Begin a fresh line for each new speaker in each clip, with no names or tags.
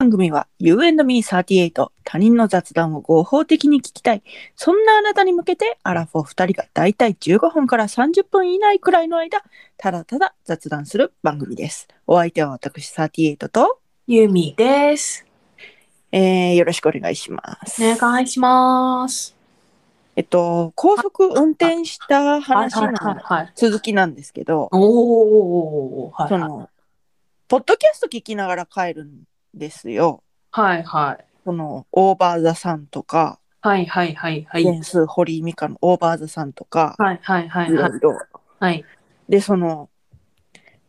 番組は U&Me38 他人の雑談を合法的に聞きたいそんなあなたに向けてアラフォー2人がだいたい15分から30分以内くらいの間ただただ雑談する番組ですお相手は私38と、
ゆみです。
えー、よろしくお願いします、
お願いします。
えっと高速運転した話
はいはい
の
はいはい。
続きなんですけど
おお、はい
そ
はい
のポッドキャスト聞きながら帰るんですよ
はいはい。
そのオーバーザさんとか、
はいはいはいはい。
ジェンス堀井美香のオーバーザさんとか、
はいはいは
い
い
ろ
はい
いろ
はい。
で、その、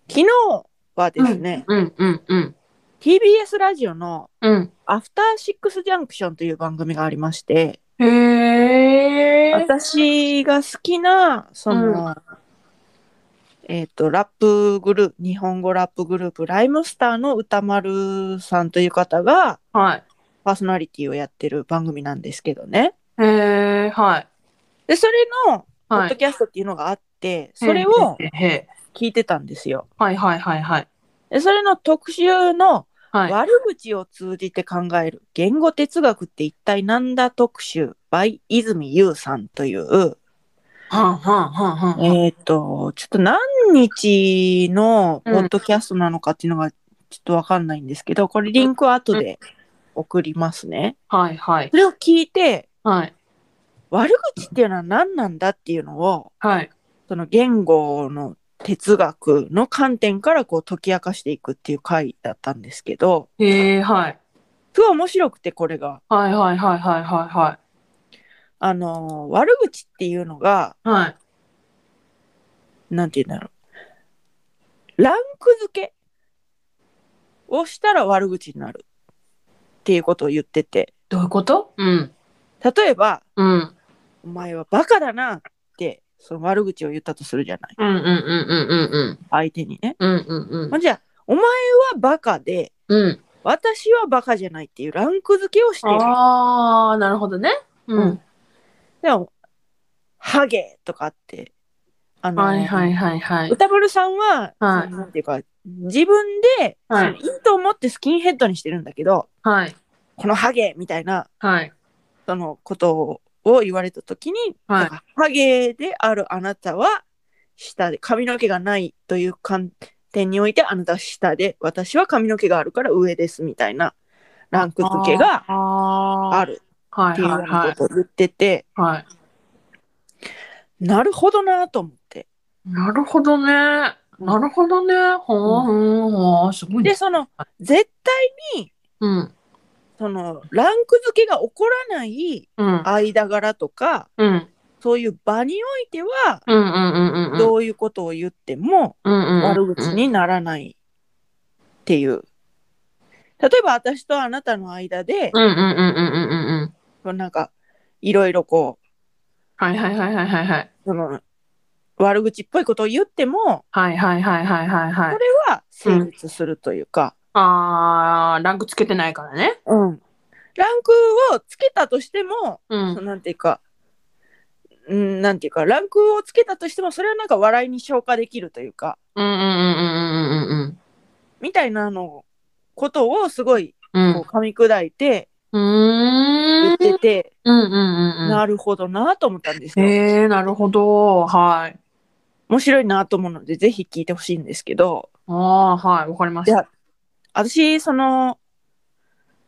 昨日はですね、
うんうんうん。
TBS ラジオの
うん。
アフターシックスジャンクションという番組がありまして、
へえ。
私が好きな、その、えっ、と、ラップグループ、日本語ラップグループ、ライムスターの歌丸さんという方が、
はい。
パーソナリティをやってる番組なんですけどね。
へえ、はい。
で、それの、ポ
は
ッド
い。
キャストっていうのがあって、それを
へーへーへ
聞いてたんですよ。
ーはいはいはいはい。
でそれの特集の
はい。
悪口を通じて考える言語哲学って一体なんだ特集 by 泉優さんという、
はんはんはんはん。
えっ、と、ちょっと何日のポッドキャストなのかっていうのがちょっとわかんないんですけど、これリンクは後で送りますね。
はいはい
そ。れを聞いて、
はい。
悪口っていうのは何なんだっていうのを、
はい。
その言語の哲学の観点からこう解き明かしていくっていう回だったんですけど、
へえ、はい。
すごい面白くてこれが。
はいはいはいはいはいは
あのー悪口っていうのが、
い。はい。
なんて言うんだろう。ランク付けをしたら悪口になるっていうことを言ってて、
どういうことうん。
例えば、
うん。
お前はバカだなって、その悪口を言ったとするじゃない。
うんうんうんうんうん
相手にね。
うん。うんうんうん
まあ、。じゃあ、お前はバカで、
うん。
私はバカじゃないっていうランク付けをしている。
ああ、なるほどね。う
うん
ん。
でも、ハゲとかって、あのー
はいはいはいはい。
歌丸さんは、
は
そ
い
のなんていうか自分で、
はい
そのいいと思ってスキンヘッドにしてるんだけど
はい
このハゲみたいな
はい
そのことをを言われた時に、
はい
なんかハゲであるあなたは下で髪の毛がないという観点においてあなたは下で私は髪の毛があるから上ですみたいなランク付けがあ
あ
る
ーは
っ
い
ていうよう
はいは
ないことを言ってて、
はい。
なるほどなと思って
なるほどね。なるほどね。ほーほーほーすごいね
で。その絶対
うん
そのランク付けが起こらない
うん
間柄とか
うん
そういう場においては、
うんうんうんうんうん
どういうことを言っても
うんうん
悪口にならないっていう。例えば私とあなたの間で、
うんうんうんうんうんうんうん
こうなんかいろいろこ
はいはいはいはいはいはいう
その悪口っぽいことを言っても
はいはいはいはいはいは
こ
い
れは成立するというか、
あーランクつけてないからね
うんランクをつけたとしても、そ
うん
のなんていうか、うん、なんていうかランクをつけたとしてもそれはなんか笑いに消化できるというか
うんうんうんうんうんうん
みたいなのことをすごい
うん
こう噛み砕いて
うん
言ってて、
うんうんうんうん
なるほどなと思ったんですよ。
へえなるほど。はい。
面白いなと思うので、ぜひ聞いてほしいんですけど、
ああ、はい。わかりまし
い
た。
や私、その、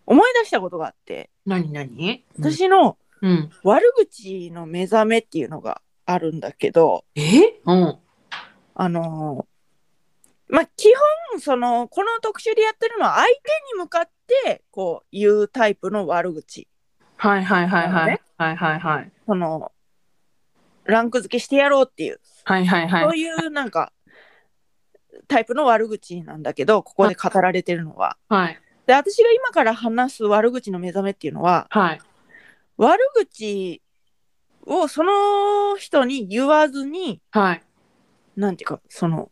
思い出したことがあって、
なになに
私の
うん。
悪口の目覚めっていうのがあるんだけど、
えうん。
あのーまあ、基本、その、この特集でやってるのは、相手に向かって、こう、言うタイプの悪口。
はいはいはい
なるほど
は
ね
い。はいはいはい。
その、ランク付けしてやろうっていう、
はいはい
そ
は
う
い。
いうなんかタイプの悪口なんだけどここで語られてるのは。
はい
で私が今から話す悪口の目覚めっていうのは
はい。
悪口をその人に言わずに
はい。
なんていうかその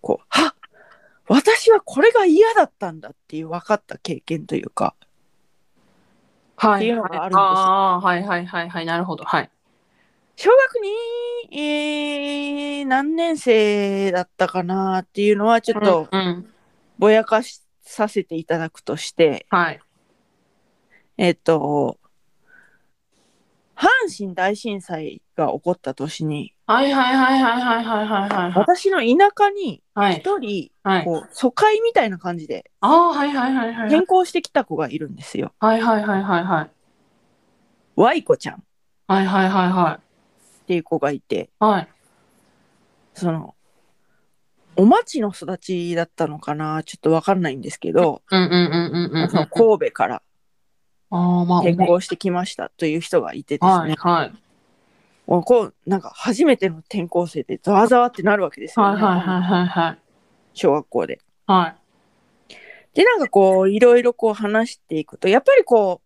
こう「はっ私はこれが嫌だったんだ」っていう分かった経験というか
はい。
っていうのがあるんですよ
ああー、はいはいはいはい。なるほど。はい。
小学に、えー何年生だったかなっていうのはちょっと
うん。
ぼやかしさせていただくとして、
はい。
えっと、阪神大震災が起こった年に、
はいはいはいはいはいはいはいはいはい。
私の田舎に
はい。
一人、
はい。
こう、疎開みたいな感じで
ああ、はいはいはいはい。
転校してきた子がいるんですよ。
はいはいはいはいはい。
Y 子ちゃんっ
はいはいはいはい。
ていう子がいて、
はい。
その、お町の育ちだったのかなちょっとわかんないんですけど、
うんうんうんうんうん。
その神戸から
ああ、まあ、
転校してきましたという人がいてですね、
はいはい。
もうこうなんか初めての転校生でざわざわってなるわけですよ
はい
ね、
はいはいはいはい。
小学校で。
はい。
でなんかこういろいろこう話していくとやっぱりこ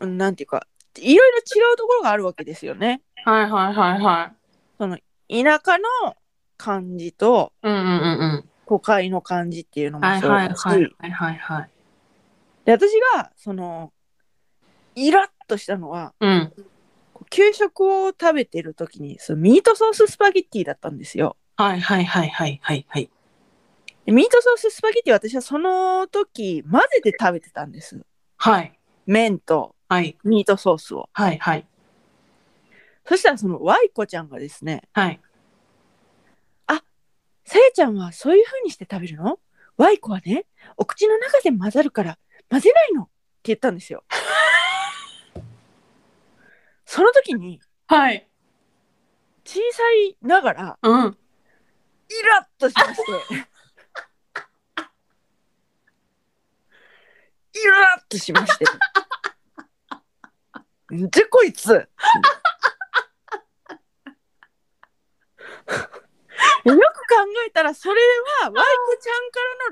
ううんなんていうかいろいろ違うところがあるわけですよね。
はいはいはいはい。
田舎の感じと
うんうんうんうん。
都会の感じっていうのも
はい
そうだ
はい
し、
はいはいはいはい。
で私がそのイラッとしたのは
うん。
こう給食を食べてる時にそのミートソーススパゲッティだったんですよ。
はいはいはいはいはいはい。
でミートソーススパゲッティは私はその時混ぜて食べてたんです
はい
麺と
はい
ミートソースを
はいはい
そしたらそのワイコちゃんがですね
はい。
「さやちゃんはそういう風にして食べるのワイコはねお口の中で混ざるから混ぜないの」って言ったんですよその時に
はい。
小さいながら
う
イラ
ん。
ッとしましてイラッとしましてなんじゃこいつよく考えたらそれはワイコちゃん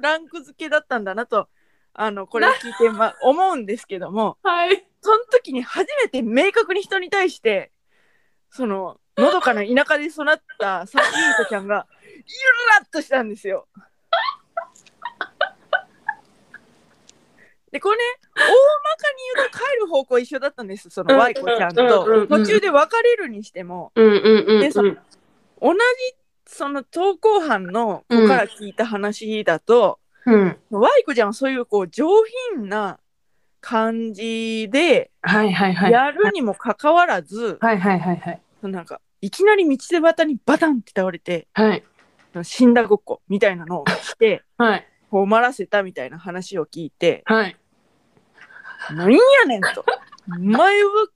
からのランク付けだったんだなとあのこれを聞いて、ま、思うんですけども
はい。
その時に初めて明確に人に対してそののどかな田舎で育ったさゆうこちゃん がゆらっとしたんですよ。でこれね大まかに言うと帰る方向一緒だったんですそのワイコちゃん
うんうんうんう
と
ん
途中で別れるにしても
うんうんうん。
でそ
うん
同じその投稿班の子から聞いた話だと、
うん。
ワイコちゃんはそういうこう上品な感じで
はいはいはい。
やるにもかかわらず、
はいはいはいはい。
そのなんかいきなり道端にバタンって倒れて
はい
死んだごっこみたいなのを して
はい
こう困らせたみたいな話を聞い て
はい。
「なんやねん」と「お前は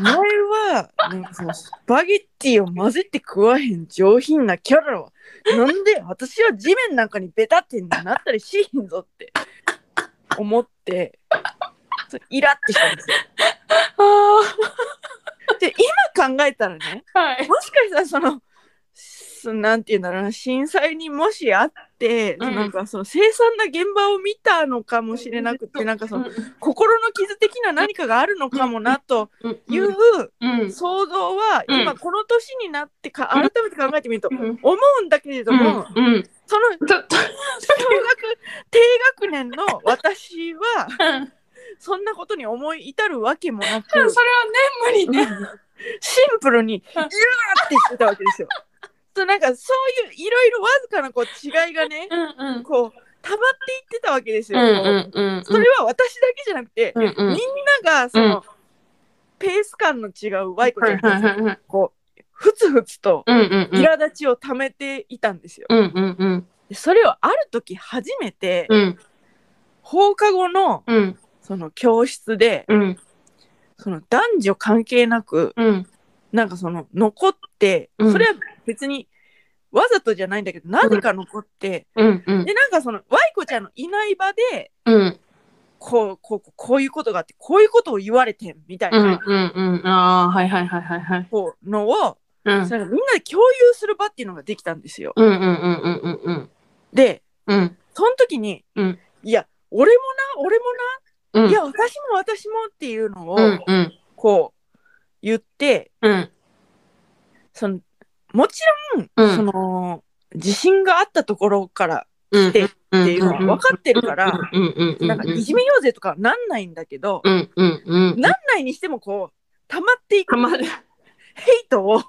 お前はなんかそのスパゲッティを混ぜて食わへん上品なキャラはなんで私は地面なんかにベタってなったりしひんぞ」って思ってそうイラってしたんですよ。
あ
で今考えたらね
あ。はい。
もしかしたらそのそなんていうんだろうな震災にもしあって、
うん
なんかその凄惨な現場を見たのかもしれなくてなんかその心の傷的な何かがあるのかもなと
うん
いううん
うん
想像は、
うん
今この年になってか改めて考えてみると
うん
思うんだけれども、
うん。
その
ちょっと。
小学低学年の私は
それはね
そんなことに思い至るわけもなく。
無理ね。
シンプルに「うわ!」ってしてたわけ ですよ。そうなんかそういういろいろわずかなこう違いがね
うんうん。
こう溜まっていってたわけです
う
よ。
んうんうん。
それは私だけじゃなくて
うんうん。
みんながその、ペース感の違うワイコちゃん
はい
が
はいはい。
こうふつふつと
うんうんうん。
苛立ちを溜めていたんですよ。
うんうんうん。
でそれをある時初めて
うん
放課後の
うん
その教室で
うん
その男女関係なく
うん。
なんかその残って、
うん
それは別にわざとじゃないんだけどなぜか残って、
うんうん
でなんかそのワイコちゃんのいない場で
うん
こうこうこういうことがあってこういうことを言われてんみたいな、
うんうんうん。ああ、はいはいはいはいはい。
こうのを、
うん
それみんなで共有する場っていうのができたんですよ。
うんうんうんうんうんうん。
で
うん
その時に、
うん
いや俺もな俺も
う
な、
ん。
いや私も私もっていうのを、
うんうん
こう言って
うん
そのもちろ
うん
ん、その自信があったところから
うん。
って
っ
っていうのは分かってるから、
うんうんうん。
なんかいじめようぜとかはなんないんだけど、
うんうんうん。
なんないにしてもこう、溜まっていく
たまる。
ヘイトを、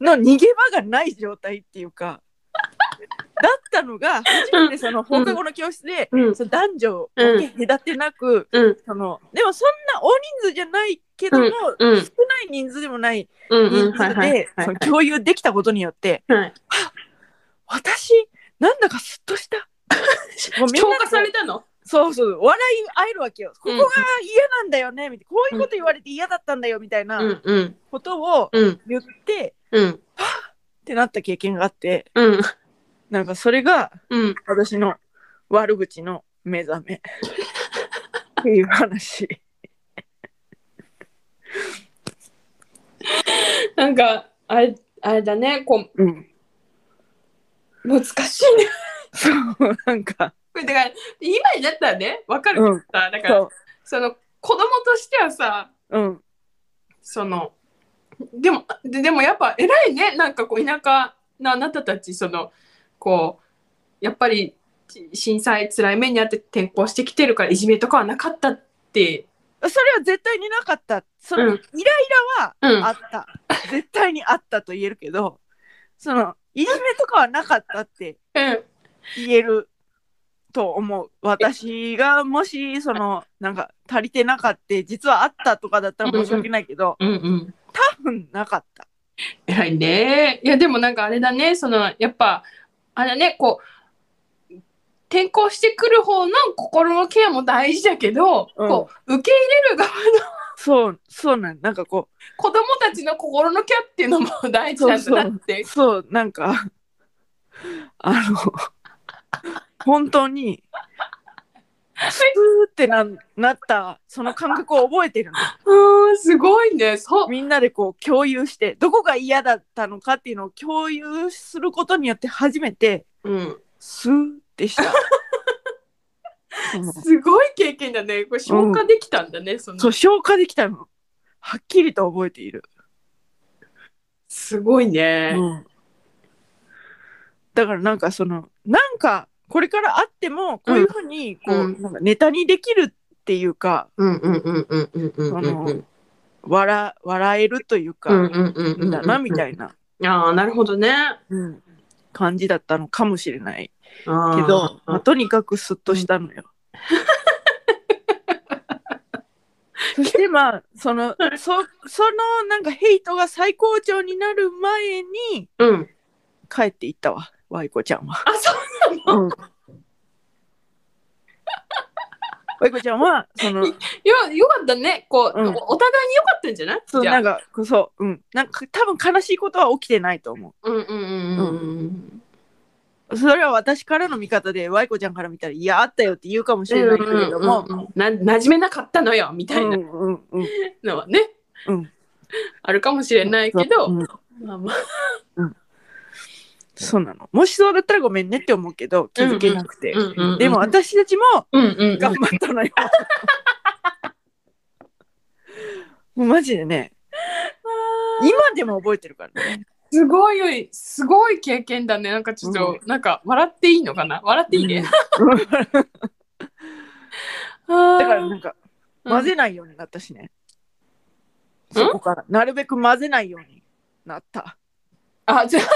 の逃げ場がない状態っていうか、ったのが、初めてその放課後の教室で、
うん。
その男女分け隔てなく、
うん。
そのでもそんな大人数じゃないけども、
うんうん
少ない人数でもない
うん。
人
うん。はい
数
はい
で
はい
その共有できたことによって
はい。
私なんだかすっとしたもうみんな
強化されたの
そうそう笑い合えるわけよここが
うん。
嫌なんだよねみたいなこういうこと言われて嫌だったんだよみたいうなん
うん。
ことを
うん。
言って、
うん。
ってなった経験があって
うん。
なんかそれが
うん。
私の悪口の目覚めっていう話
なんか、あれ、あれだね、こ
うん
う、難しいね。
そうなんか
これだから、今になったらね、わかるけ
う
ど
ん
さ、だから、
そう
その、子供としてはさ、
うん
そのでもででもやっぱ偉いねなんかこう田舎のあなたたちそのこうやっぱりし震災辛い目にあって転校してきてるからいじめとかはなかったって
それは絶対になかった。その、
うん
イライラ
うん
はあった。絶対にあったと言えるけど、その、いじめとかはなかったって
うん
言えると思う。私がもし、その、なんか、足りてなかった、実はあったとかだったら申し訳ないけど、
うんうん
多分なかった。
偉いねいやでもなんかあれだねそのやっぱあれだねこう転校してくる方の心のケアも大事だけど、
うん
こう受け入れる側の
そう、そうなん、なんかこ
子供たちの心のケアっていうのも大事なんだなって
う、そう、なんか、あの、本当に、スーってななった、その感覚を覚えてるの。
うんすごいねそう
みんなでこう共有してどこが嫌だったのかっていうのを共有することによって初めて
うん、
スーって したそう
すごい経験だね。これ消化できたんだね。その
そう消化できたのはっきりと覚えている、
すごいね。
うんだからなんかそのなんかこれからあってもこういうふうにこう、
うん
なんかネタにできるっていうか
うんうんうんうんうんうんうんうん
笑笑えるという
うん
か、
うんうんうん。
だなみたいな、
な。ああ、なるほどね。
うん感じだったのかもしれない
けど
けど、まあ、とにかくスッとしたの よ。そしてまあそのそそのなんかヘイトが最高潮になる前に
うん。
帰っていったわワイコちゃんは。
あ、そう
うん、 ワイコちゃんはその
よ、よかったね。こう、
うん
おお互いによかったんじゃない
そう
じゃ
な
あ
んかそううんなんか多分悲しいことは起きてないと思
うんうんうんうんうん。
う。それは私からの見方でワイコちゃんから見たら「いやあったよ」って言うかもしれないけれども。
うんうんうんうんな馴染めなかったのよみたいな
うんうんうん
のはね、
うん
あるかもしれないけど、
うん
まあまあ
そうなの。もしそうだったらごめんねって思うけど、気づけなくて。
うんうんうんうん
でも私たちも
うんうん
頑張った のよ。もうマジでね、今でも覚えてるから ね。
すごいよい、すごい経験だね。なんかちょっと、なんか笑っていいのかな笑っていいね。
うんだか
あー
らなんか、混ぜないようになったしね。そこから、なるべく混ぜないようになった。
うんあ、じゃあ、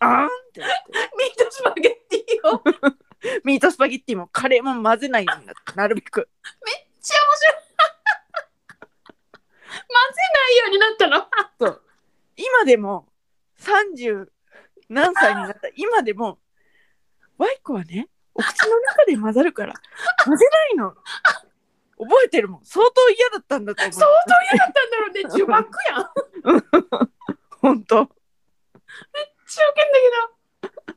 あーんってなって。
ミートスパゲッティを。めっ
ミートスパゲッティもカレーも混ぜないようになった。なるべく。
ちゃ面白い。混ぜないようになったの。
今でも30何歳になった今でもワイコはねお口の中で混ざるから混ぜないの覚えてるもん相当嫌だったんだと思う
相当嫌だったんだろうね。呪縛やん。めっ
本当
ちゃ受けんだ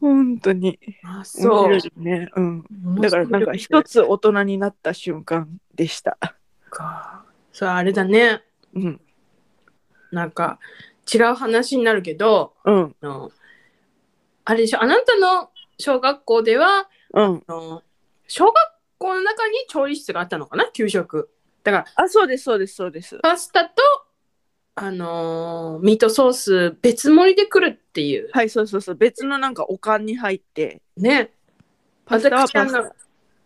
本当に
けど。あ、
面白い。ね、うん、だからなんか一つ大人になった瞬間でした
か。そう、あれだね。
うん
なんか、違う話になるけど、
うん
あのあれでしょ、あなたの小学校では、
うん
あの小学校の中に調理室があったのかな給食だから
あそうですそうですそうです
パスタとあのーミートソース別盛りで来るっていう
はいそうそうそう別のなんかおかんに入って
ね
パスタは
私あ
パスタ
の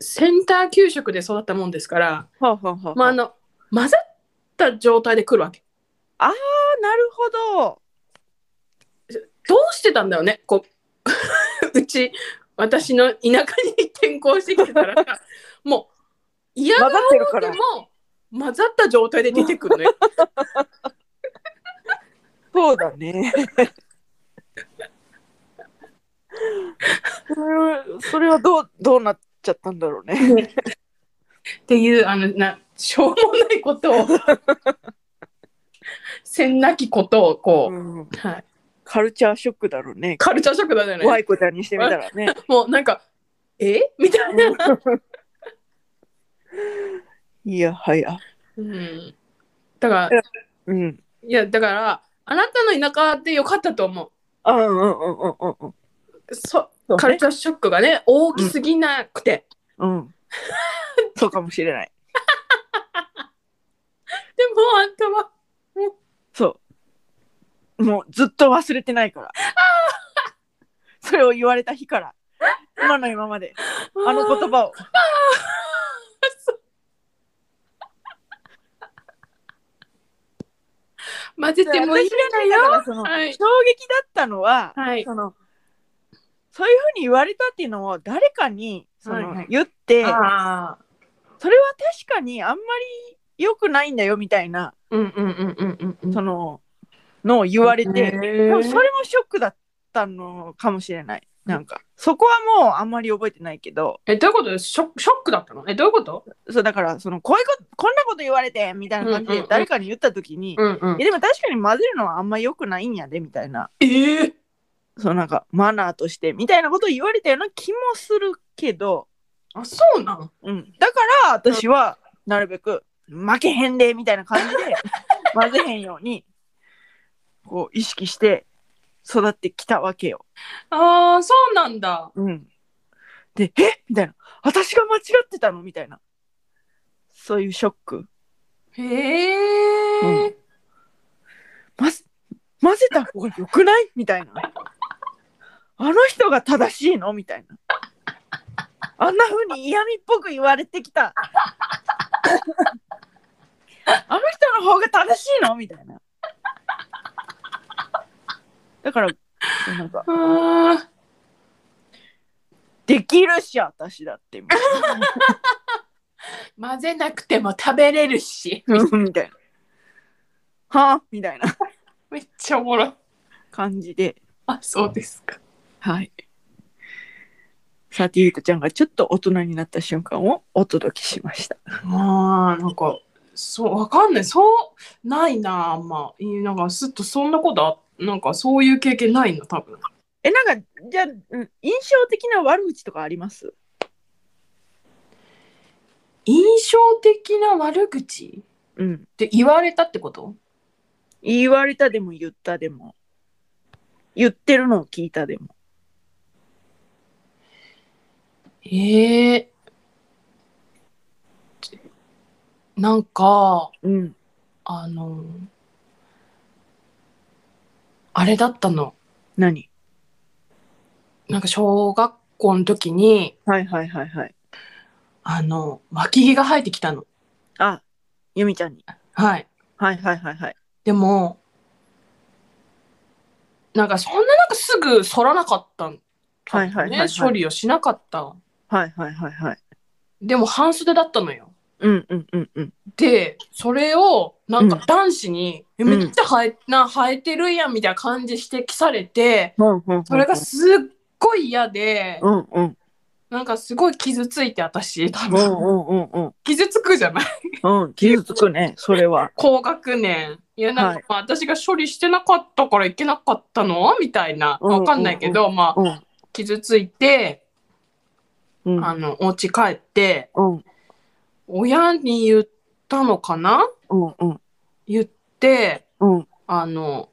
センター給食で育ったもんですから
はあ、はあはあ
まああの混ざった状態で来るわけ
あなるほど
どうしてたんだよねこう うち私の田舎に転校してきてたら さもう嫌が
混ざってるか
で
ら
も。混ざった状態で出てく るのよ
そうだね。それはそれはどうどうなっちゃったんだろうね。
っていうあのなしょうもないこと をせんなきことをこう、
うん
はい、
カルチャーショックだろうね。
カルチャーショックだよね
ワイコちゃんにしてみたらね。
もうなんかえみたいな、
いやはや。
うん、だから
うん。
いやだからあなたの田舎でよかったと思
あうんうんうんうんうんうん
うそ
そうね。
カルチャーショックがね大きすぎなくて、
うん。そうかもしれない。
でもあんたは
そう。もうずっと忘れてないから。それを言われた日から。今の今まで。あの言葉を。
混ぜてもいいんだ
だ
よ
からその、
はい
衝撃だったのは、
はい
そのそういうふうに言われたっていうのを誰かにその、
はいはい
言って
ああ
それは確かにあんまり良くないんだよみたいな
うんうんうんうんうんうん
そののを言われて、でもそ
れ
れもショックだったのかもしれないなんかそこはもうあんまり覚えてないけど
えどういうことショックショックだったのえどういうこと
そうだからそのこういうことこんなこと言われてみたいな感じ
うんうん
で
うん
誰かに言った時に、
うんうん
いやでも確かに混ぜるのはあんま良くないんやでみたいな
ええ
そのなんかマナーとしてみたいなことを言われたような気もするけど、
あそうなん
うん、だから私はなるべく負けへんでみたいな感じで混ぜへんようにこう意識して育ってきたわけよ。
ああそうなんだ
うん、で「えみたいな「私が間違ってたの?」みたいなそういうショック
へえ、
「まず混ぜた方が良くない?」みたいな「あの人が正しいの?」みたいなあんな風に嫌味っぽく言われてきたあの人の方が正しいのみたいなだからなんか
ああ
「できるし私だって」みたい
混ぜなくても食べれるし
なみたいな「はあ?」みたいな
めっちゃおもろい
感じで
あそうですか
はい。サティートちゃんがちょっと大人になった瞬間をお届けしました。
あーなんかそうわかんないそうないなあんまいいなんかすっとそんなことあなんかそういう経験ないな多分
え、なんか、じゃあ、うん印象的な悪口とかあります
印象的な悪口
うん。
って言われたってこと
言われたでも言ったでも、言ってるのを聞いたでも。
ええなんか
うん。
あのあれだったの
何
なんか小学校の時に
はいはいはいはい。
あの脇毛が生えてきたの
あ、ゆみちゃんに。
はい
はいはいはいはい。
でも、なんかそんななんかすぐ剃らなかったんだよね、
はいはいはいはい
処理をしなかった。
はいはいはいはい。
でも半袖だったのよ。
うんうんうんうん。
で、それをなんか男子に、
ん
えめっちゃ生えな生えてるやんみたいな感じ指摘されて、
ほんほんほんほん
それがすっごい嫌で、
うんうん。
なんかすごい傷ついて私、多
うんう
分。
んうんうん
傷つくじゃない
うん。うん。傷つくね、それは。
高学年。いや、なんかまあ私が処理してなかったからいけなかったのみたいな。
うんうんうん
わかんないけど、まあ、
うん。
傷ついて、
うん。
あの、お家帰って、
うん。
親に言ったのかな
うんうん。
言って、
うん。
あの、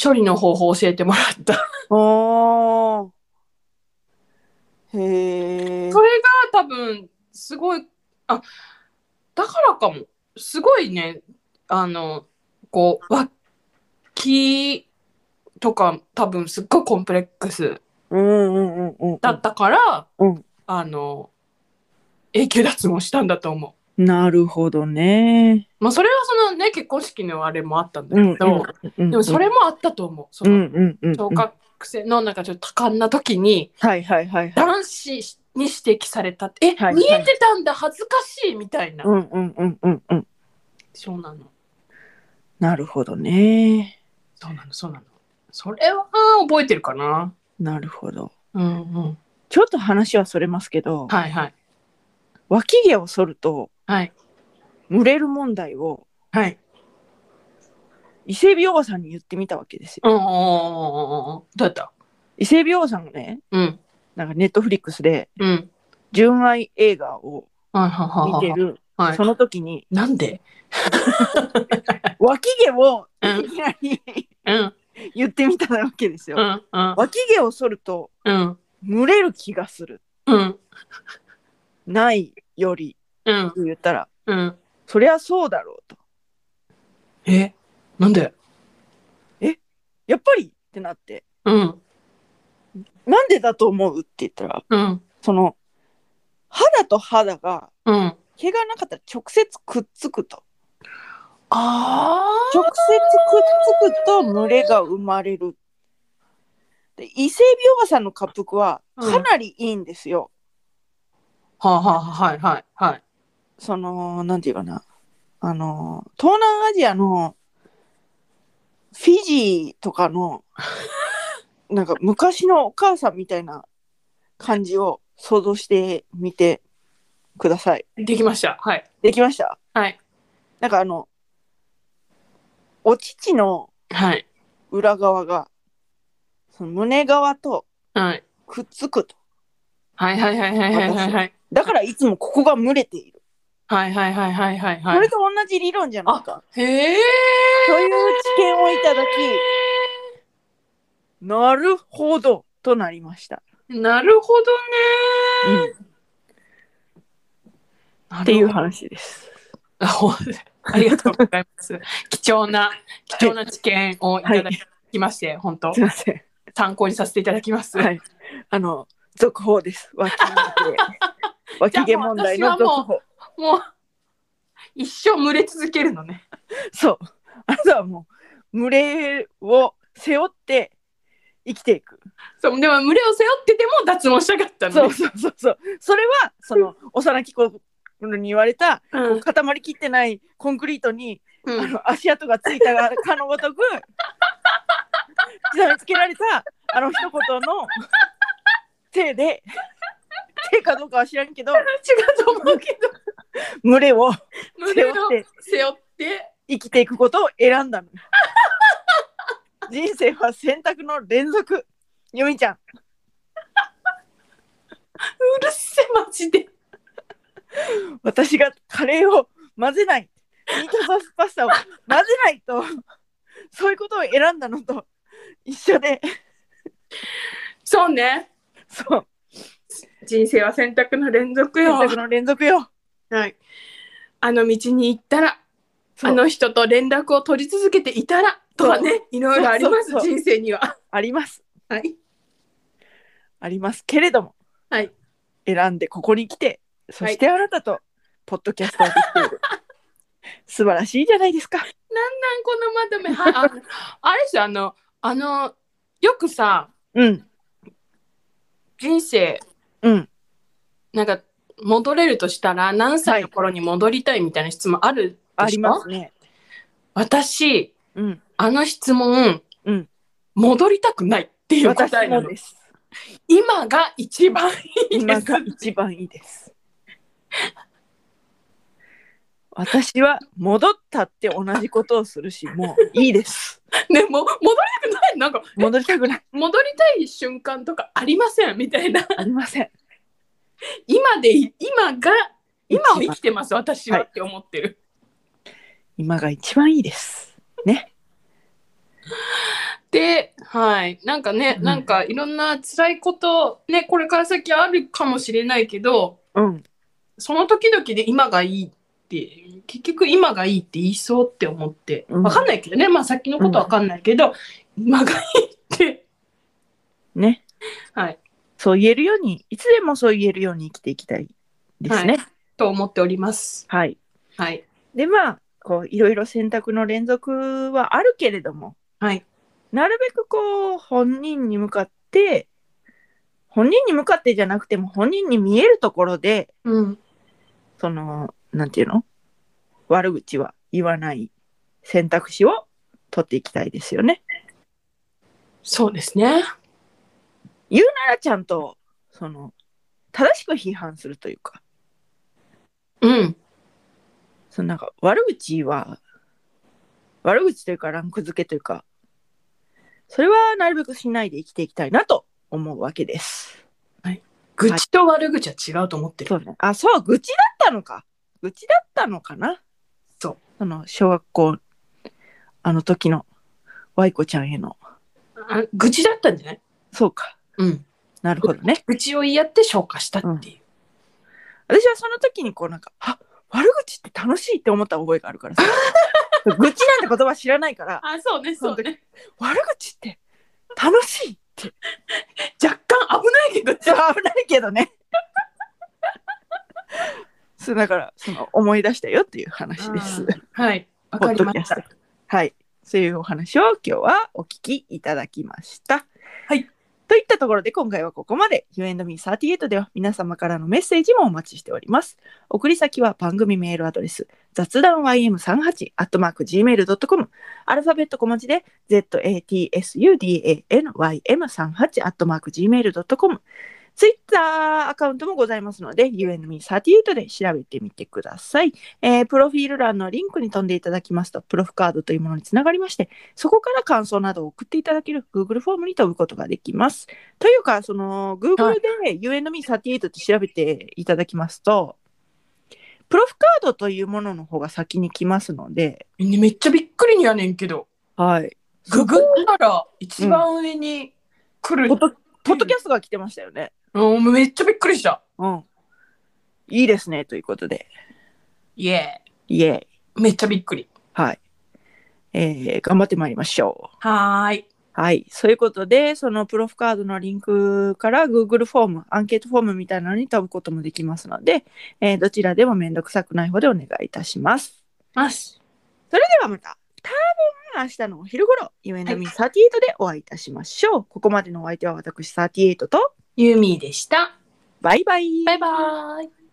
処理の方法教えてもら った。
おーへえ
そ。れが多分、すごい、あ、だからかも。すごいね、あの、こう、脇とか多分すっごいコンプレックス
うんうんうんうん。
だったから、
うん
あの、永久脱毛したんだと思う。
なるほどね。
まあ、それはそのね結婚式のあれもあったん
う
だ
ん
けど、
うん、
でもそれもあったと思う。そ
うんう
の
んうんうん。
小学生のなんかちょっと多感な時に
はいはいはいはい。
男子に指摘されたって、え、
はい
見えてたんだ恥ずかしいみたいな、
うんうんうんうんうん。
そうなの
なるほどね。
そうなのそうなのそれは覚えてるかな
なるほど。
うんうん
ちょっと話はそれますけど、
はいはい
脇毛を剃ると
はい
蒸れる問題を
はい
伊勢海老おばさんに言ってみたわけですよ。
うんうんうんうんうんどうやった
伊勢海老おばさんがね、
うん
なんかネットフリックスで
うん
純愛映画を
はいはい
見
はい
て
はい
る、
はい
その時に
なんで
脇毛を
うん
いきなり
うん
言ってみたわけです
う
よ。
んうん
脇毛を剃ると
うん
蒸れる気がする。
うん
ないより
うん
と言ったら、
うん
そりゃそうだろうと。
えなんで
やっぱりってなって、
うん
なんでだと思うって言ったら、
うん
その肌と肌が
うん
毛がなかったら直接くっつくと
あ
直接くっつくと群れが生まれるで伊勢海老おばさんの滑覆は
うん
かなりいいんですよ、
あはあはあはいはいはい
そのなんていうかなあの東南アジアのフィジーとか のなんか昔のお母さんみたいな感じを想像してみてください
できましたはい
できました
はい
なんかあの、お乳の
はい
裏側が、その胸側と
はい
くっつくと。
はいはいはいはいはいはいはい
だからいつもここが蒸れている。
はいはいはいはいはい
こ
は
れ
い
と同じ理論じゃないか。
へえ
という知見をいただき、なるほどとなりました。
なるほどね
うん、っていう話です。
なるほどありがとうございます貴重な貴重な知見をいただきまして、本当
すいません。
参考にさせていただきます、
はい。あの、続報です。脇 毛。脇毛問題の続報。
もう一生群れ続けるのね
そう。あとはもう、群れを背負って生きていく。
そうでも群れを背負ってても脱毛したかった
そ
の
う
ね
そうそうそう。それは、その、幼き頃に言われた、
うん
固まりきってないコンクリートに、
う
あ
ん
の、足跡がついたがかのごとく、刻みつけられた、あの一言の、せいで、せいかどうかは知らんけど、
違うと思うけど
群れを
群
背
れを
負って
背負って
生きていくことを選んだの。人生は選択の連続。ゆみちゃん。
うるせえマジで
私がカレーを混ぜないミートソースパスタを混ぜないとそういうことを選んだのと一緒で
そうね
そう
人生は選択の連続
選
よ
択の連続よ
はいあの道に行ったら
そ
あ
う
の人と連絡を取り続けていたらとかねいろいろあります
そうそうそう
人生には
あります
はい
ありますけれども、
はい
選んでここに来てそしてあなたとポッドキャストをできている、 素晴らしいじゃないですか
なんこのまとめはああれですよあのあのよくさ
うん
人生
うん
なんか戻れるとしたら何歳の頃に戻りたいみたいな質問ある
あり
でしょ、
ますね
私
うん
あの質問、
うん
戻りたくないっていう答
私
えな
も
の
です
今が一番いいで
今
す
が一番いいです。私は戻ったって同じことをするし、もういいです。
ねもう戻りたくないなんか
戻りたくない。
戻りたい瞬間とかありませんみたいな
ありません。
今でい今が今
一
を生
番
きてます私は
はい
って思ってる、
今が一番いいです。
ではいなんかね、
うん
なんかいろんな辛いことねこれから先あるかもしれないけど
うん。
その時々で今がいいって結局今がいいって言いそうって思って
うん
わかんないけどね、まあ先のことはわかんないけど、今がいいって
ね。
はい
そう言えるように、いつでもそう言えるように生きていきたいですね。
と思っております。
はい。
はい。
で、まあ、こう、いろいろ選択の連続はあるけれども、
はい。
なるべくこう、本人に向かって、本人に向かってじゃなくても、本人に見えるところで、
うん。
その、なんていうの悪口は言わない選択肢を取っていきたいですよね。
そうですね。
ならちゃんと、その、正しく批判するというか、
うん。
そのなんか悪口は、悪口というかランク付けというか、それはなるべくしないで生きていきたいなと思うわけです。
愚痴と悪口は違うと思ってる。
そうね。あ、そう、愚痴だったのか。愚痴だったのかな。
そう。
その、小学校、あの時の、ワイコちゃんへの。
あ愚痴だったんじゃない
そうか。
うん。
なるほどね。
愚痴を言い合って消化したっていう。
私はその時にこうなんか、あ悪口って楽しいって思った覚えがあるからさ。愚痴なんて言葉知らないから、
あ、そうね、
そう
ね。
悪口って楽しいって。
若干危ないけど。
じゃあ危ないけどね。 そうだからその思い出したよっていう話です。
はい。わかりました
ポッド。はい。そういうお話を今日はお聞きいただきました。
はい。
といったところで今回はここまで U&Me38 では皆様からのメッセージもお待ちしております。送り先は番組メールアドレス雑談 ym38-gmail.com アルファベット小文字で zatsudanym38-gmail.com ツイッターアカウントもございますので UNME38 で調べてみてください。えープロフィール欄のリンクに飛んでいただきますと、プロフカードというものにつながりまして、そこから感想などを送っていただける Google フォームに飛ぶことができます。というか、その Google で UNME38 って調べていただきますと、プロフカードというものの方が先に来ますので、
めっちゃびっくりにやねんけど。
はい。
ググったら一番上に来る。
ポトポッドキャストが来てましたよね。
うん、めっちゃびっくりした。
うん。いいですね、ということで。
イエ
イエーイ。
ーイ。めっちゃびっくり。
はい。えー頑張ってまいりましょう。
はーい。
はい。そういうことで、そのプロフカードのリンクから Google フォーム、アンケートフォームみたいなのに飛ぶこともできますので、えーどちらでもめんどくさくない方でお願いいたします。
ます。
それではまた、多分明日のお昼頃、ゆえなみ38でお会いいたしましょう。ここまでのお相手は私38と、
ユーミーでした。
バイバイ。
バイバーイ。